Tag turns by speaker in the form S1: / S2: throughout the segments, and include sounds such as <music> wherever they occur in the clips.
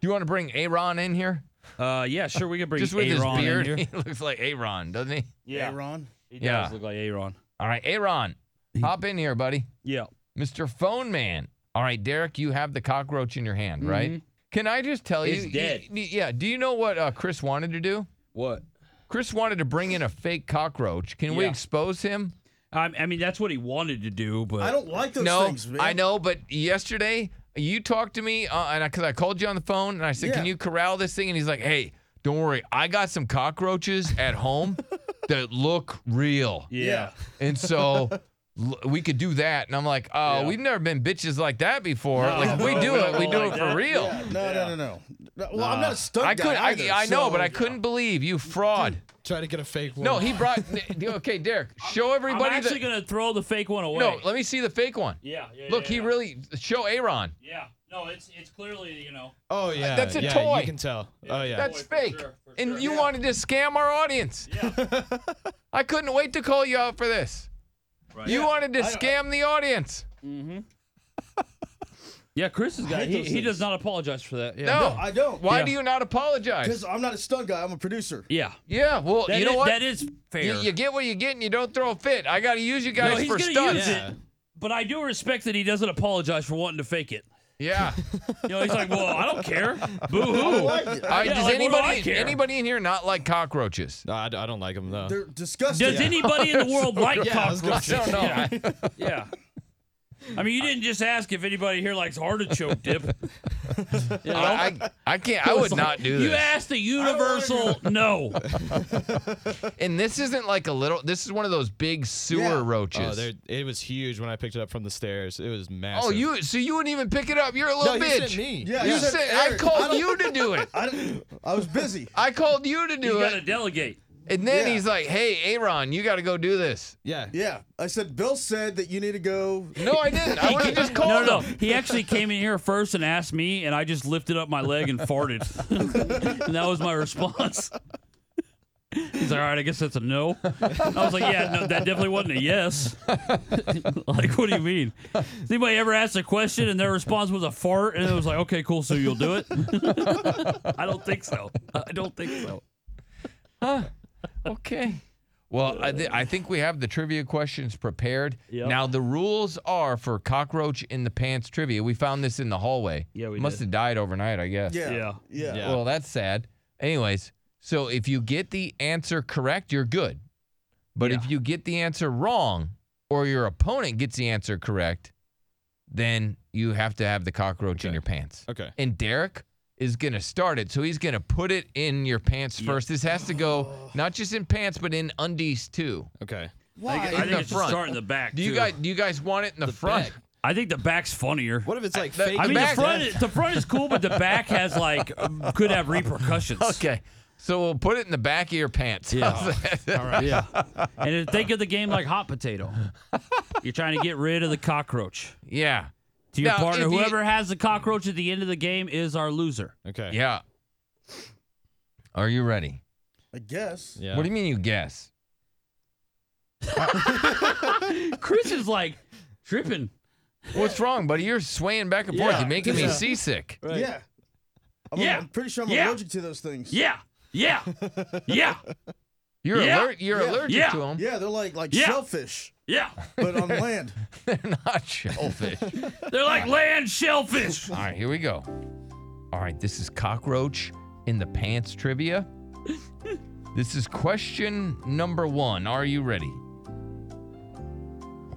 S1: Do you want to bring Aaron in here?
S2: Uh, yeah, sure. We could bring
S1: Just with
S2: Aaron
S1: his beard, <laughs>
S2: in
S1: he
S2: here.
S1: looks like Aaron, doesn't he?
S2: Yeah,
S3: Aaron.
S2: he does
S1: Yeah.
S2: look like Aaron.
S1: All right, Aaron, hop in here, buddy.
S2: Yeah.
S1: Mr. Phone Man. All right, Derek, you have the cockroach in your hand,
S3: Mm-hmm.
S1: right? Can I just tell
S2: It's
S1: you?
S2: dead.
S1: y- y- yeah. Do you know what uh, Chris wanted to do?
S2: What?
S1: Chris wanted to bring in a fake cockroach. Can we
S2: Yeah.
S1: expose him?
S2: I, I mean, that's what he wanted to do, but
S3: I don't like those
S1: no,
S3: things, man.
S1: I know, but yesterday you talked to me, uh, and because I, called you on the phone, and I said,
S3: Yeah.
S1: "Can you corral this thing?" And he's like, "Hey, don't worry, I got some cockroaches at
S3: <laughs>
S1: home that look real."
S2: Yeah.
S1: And so l- we could do that. And I'm like, oh, we've never been bitches like that before.
S2: No,
S1: like, if we
S2: no,
S1: do
S2: <laughs> we
S1: it,
S2: don't
S1: we
S2: go
S1: do
S2: like
S1: it for
S2: that.
S1: real.
S3: Yeah, no, no, no, no, no. Well, I'm not a stunt
S1: I
S3: guy
S1: could, I,
S3: either,
S1: I know,
S3: so-
S1: but I couldn't believe you fraud.
S4: Try to get a fake one.
S1: No, he brought. okay, Derek, show
S2: I'm
S1: everybody
S2: actually
S1: the.
S2: gonna throw the fake one away.
S1: No, let me see the fake one.
S2: yeah, yeah.
S1: Look,
S2: yeah,
S1: he
S2: yeah.
S1: really show Aaron.
S2: Yeah. No, it's it's clearly you know.
S4: Oh yeah,
S1: That's a
S4: yeah,
S1: toy.
S4: You can tell. Oh yeah.
S1: That's
S2: for
S1: fake.
S2: sure, for
S1: and
S2: sure.
S1: you
S2: Yeah.
S1: wanted to scam our audience.
S2: Yeah.
S1: <laughs> I couldn't wait to call you out for this.
S2: Right.
S1: You
S2: yeah.
S1: wanted to scam the audience.
S2: Chris has got.
S3: hate
S2: He,
S3: those
S2: he
S3: things.
S2: does not apologize for that. Yeah.
S1: No.
S3: I don't.
S1: Why
S2: Yeah.
S1: do you not apologize?
S3: Because I'm not a stunt guy. I'm a producer.
S2: Yeah.
S1: Yeah, well,
S2: That
S1: you know
S2: is-
S1: what?
S2: That is fair.
S1: You, you get what you get, and you don't throw a fit. I got to use you
S2: no,
S1: guys
S2: he's
S1: for
S2: gonna
S1: stunts.
S2: use it. But I do respect that he doesn't apologize for wanting to fake it. <laughs>
S1: Yeah.
S2: You know, he's like, well, I don't
S1: <laughs>
S2: care. Boo
S3: I
S2: hoo.
S3: like it.
S1: All right,
S2: Yeah,
S1: does
S2: like, what do I
S1: anybody
S2: care?
S1: anybody in here not like cockroaches?
S4: No, I, d- I don't like him though.
S3: They're disgusting.
S2: Does anybody in the <laughs> world like
S4: Yeah, I was gonna
S2: cockroaches?
S4: say.
S1: No, no.
S2: <laughs> Yeah. Oh, <laughs> yeah. I mean, you didn't just ask if anybody here likes artichoke dip. You know?
S1: I, I I can't. I <laughs> would not do
S2: You
S1: this.
S2: asked a universal no.
S1: and this isn't like a little. This is one of those big sewer
S3: Yeah.
S4: oh,
S1: roaches.
S4: they're, it was huge when I picked it up from the stairs. It was
S1: oh,
S4: massive.
S1: you. So you wouldn't even pick it up. You're a
S4: No,
S1: little
S4: he
S1: bitch.
S4: sent me.
S3: Yeah,
S1: You
S3: he said,
S1: said I
S3: "Eric,
S1: called
S3: don't-
S1: you to do
S3: <laughs>
S1: it.
S3: I, don't- I was busy.
S1: I called you to
S2: You
S1: do
S2: got to
S1: it.
S2: delegate.
S1: And then
S3: Yeah.
S1: he's like, "Hey, Aaron, you got to go do this."
S4: Yeah.
S3: Yeah, I said Bill said that you need to go.
S1: No, I didn't. I would have just called
S2: No, no, no.
S1: him.
S2: He actually came in here first and asked me, and I just lifted up my leg and farted. <laughs> and that was my response. He's like, all right, I guess that's a no. I was like, yeah, no, that definitely wasn't a yes. <laughs> like, what do you mean? Has anybody ever asked a question and their response was a fart? And it was like, okay, cool, so you'll do it? <laughs> I don't think so. I don't think so.
S1: Okay. Well, I, th- I think we have the trivia questions prepared.
S2: Yep.
S1: Now the rules are for cockroach in the pants trivia. We found this in the hallway.
S2: Yeah, we
S1: must
S2: did.
S1: have died overnight, I guess.
S3: Yeah,
S2: Yeah.
S3: yeah,
S4: Yeah.
S1: Well, that's sad. Anyways, so if you get the answer correct, you're good. But if
S2: Yeah.
S1: you get the answer wrong, or your opponent gets the answer correct, then you have to have the cockroach in
S4: Okay.
S1: your pants.
S4: Okay.
S1: And Derek is going to start it. So he's going to put it in your pants first. This has to go not just in pants, but in undies too.
S4: Okay.
S3: Why?
S2: I think
S1: Uh, the front.
S2: it's just start in the back.
S1: Do you
S2: too.
S1: guys do you guys want it in the, front?
S4: back.
S2: I think the back's funnier.
S4: What if it's like
S1: that-
S4: fake?
S2: I mean, the
S1: back-
S2: front, is, the front is cool, but the back has like um, could have repercussions.
S1: <laughs> Okay. So we'll put it in the back of your pants. <laughs>
S2: Yeah. All right. Yeah. And then think of the game like hot potato. You're trying to get rid of the cockroach.
S1: yeah.
S2: To your
S1: Now,
S2: partner,
S1: if you-
S2: whoever has the cockroach at the end of the game is our loser.
S4: okay.
S1: Yeah. Are you ready?
S3: I guess.
S4: Yeah.
S1: What do you mean you guess?
S2: Chris is like tripping.
S1: What's wrong, buddy? You're swaying back and forth.
S2: Yeah.
S1: You're making me
S3: Yeah.
S1: seasick.
S3: Yeah. I'm,
S2: Yeah.
S3: I'm pretty sure I'm
S2: Yeah.
S3: allergic to those things.
S2: Yeah. Yeah. Yeah.
S1: You're
S2: Yeah.
S1: alert. You're
S3: Yeah.
S1: allergic
S2: Yeah.
S1: to them.
S3: Yeah, they're like like
S2: Yeah.
S3: shellfish,
S2: Yeah.
S3: but on land.
S1: <laughs> They're not shellfish.
S2: They're like land shellfish.
S1: All right, here we go. All right, this is cockroach in the pants trivia. this is question number one. Are you ready?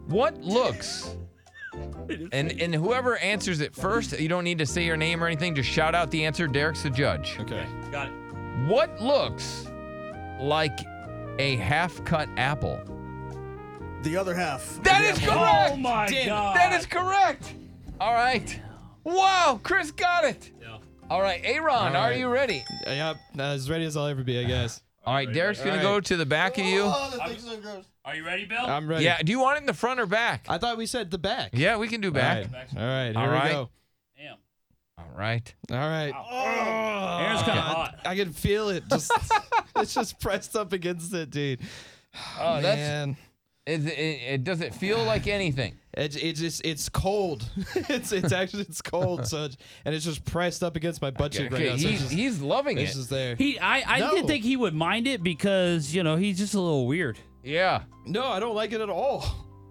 S1: What looks? And and whoever answers it first, you don't need to say your name or anything. Just shout out the answer. Derek's the judge.
S4: Okay.
S2: Got it.
S1: What looks like a half-cut apple?
S3: The other half.
S1: That is correct.
S2: Oh my god.
S1: That is correct. All right. Wow, Chris got it.
S2: Yeah.
S1: All right, Aaron, are
S4: right.
S1: you ready?
S4: Uh, Yep. As ready as I'll ever be, I guess.
S1: All right, Derek's gonna
S4: All
S1: go
S4: right.
S1: to the back of you.
S3: Oh, that thing's so gross.
S2: Are you ready, Bill?
S4: I'm ready.
S1: Oh. Yeah. Do you want it in the front or back?
S4: I thought we said the back.
S1: yeah, we can do back.
S4: All right. All right. Here
S1: All
S4: we
S1: right.
S4: go.
S2: Damn.
S1: All right.
S4: All right.
S1: Oh.
S4: Oh,
S2: Air's kind of hot.
S4: I can <laughs> feel it. Just it's just pressed up against it, dude.
S1: Oh, that's
S4: Man.
S1: Is it, it, it doesn't feel like anything.
S4: It's it's it's, it's cold. <laughs>
S1: <laughs>
S4: it's it's actually it's cold. So it's- and it's just pressed up against my butt cheek right
S1: Okay,
S4: now. So
S1: he's,
S4: it's just,
S1: he's loving it.
S4: it's just there.
S2: He, I, I didn't
S4: No.
S2: think he would mind it because you know he's just a little weird,
S1: yeah.
S4: no, I don't like it at all.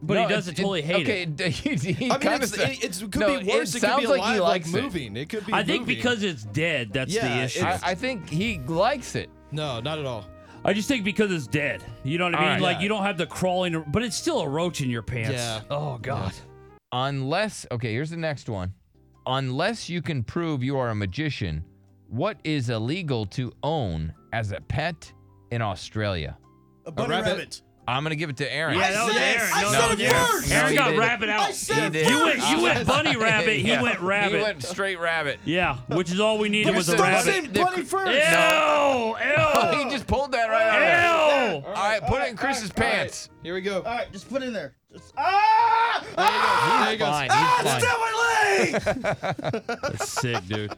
S2: but
S1: No,
S2: he doesn't
S1: it's- it-
S2: totally hate
S1: okay,
S2: it.
S1: d- <laughs> he, he
S4: I mean,
S1: kinda
S4: it's,
S1: sa-
S4: it, it's, it could
S1: No,
S4: be worse. It, could
S1: sounds
S4: be alive,
S1: like he likes it.
S4: moving. It could be.
S2: I think
S4: moving.
S2: because it's dead, that's the
S4: Yeah,
S2: issue.
S1: I, I think he likes it.
S4: no, not at all.
S2: I just think because it's dead. You know what I
S1: All
S2: mean?
S1: right.
S2: like
S1: Yeah.
S2: you don't have the crawling, but it's still a roach in your pants.
S4: Yeah.
S2: Oh God.
S1: Unless, okay, here's the next one. Unless you can prove you are a magician, what is illegal to own as a pet in Australia?
S3: A bunny
S4: rabbit?
S3: rabbit.
S1: I'm gonna give it to Aaron.
S2: Yeah, that was
S3: said-
S2: Aaron.
S3: I
S2: No,
S3: said
S2: that was
S3: it
S2: Aaron.
S3: first.
S2: Aaron
S1: He
S2: got
S1: did.
S2: rabbit out.
S3: I said it
S1: did.
S2: You
S3: first.
S2: went,
S1: <laughs>
S2: you went bunny rabbit. He
S1: Yeah,
S2: went
S1: He
S2: rabbit.
S1: went straight rabbit.
S2: yeah, which is all we needed
S1: But
S2: was a
S1: it's the
S3: Stop
S2: rabbit.
S1: same- Oh,
S3: saying bunny first.
S2: Ew! Ew!
S1: he just pulled that right out. of there.
S2: Ew!
S1: All right, put it in Chris's pants.
S4: Here we go.
S3: All right, just put it in there. Just, ah! Ah!
S4: there you go.
S2: Ah,
S3: Ah! It's down my leg!
S2: That's sick, dude.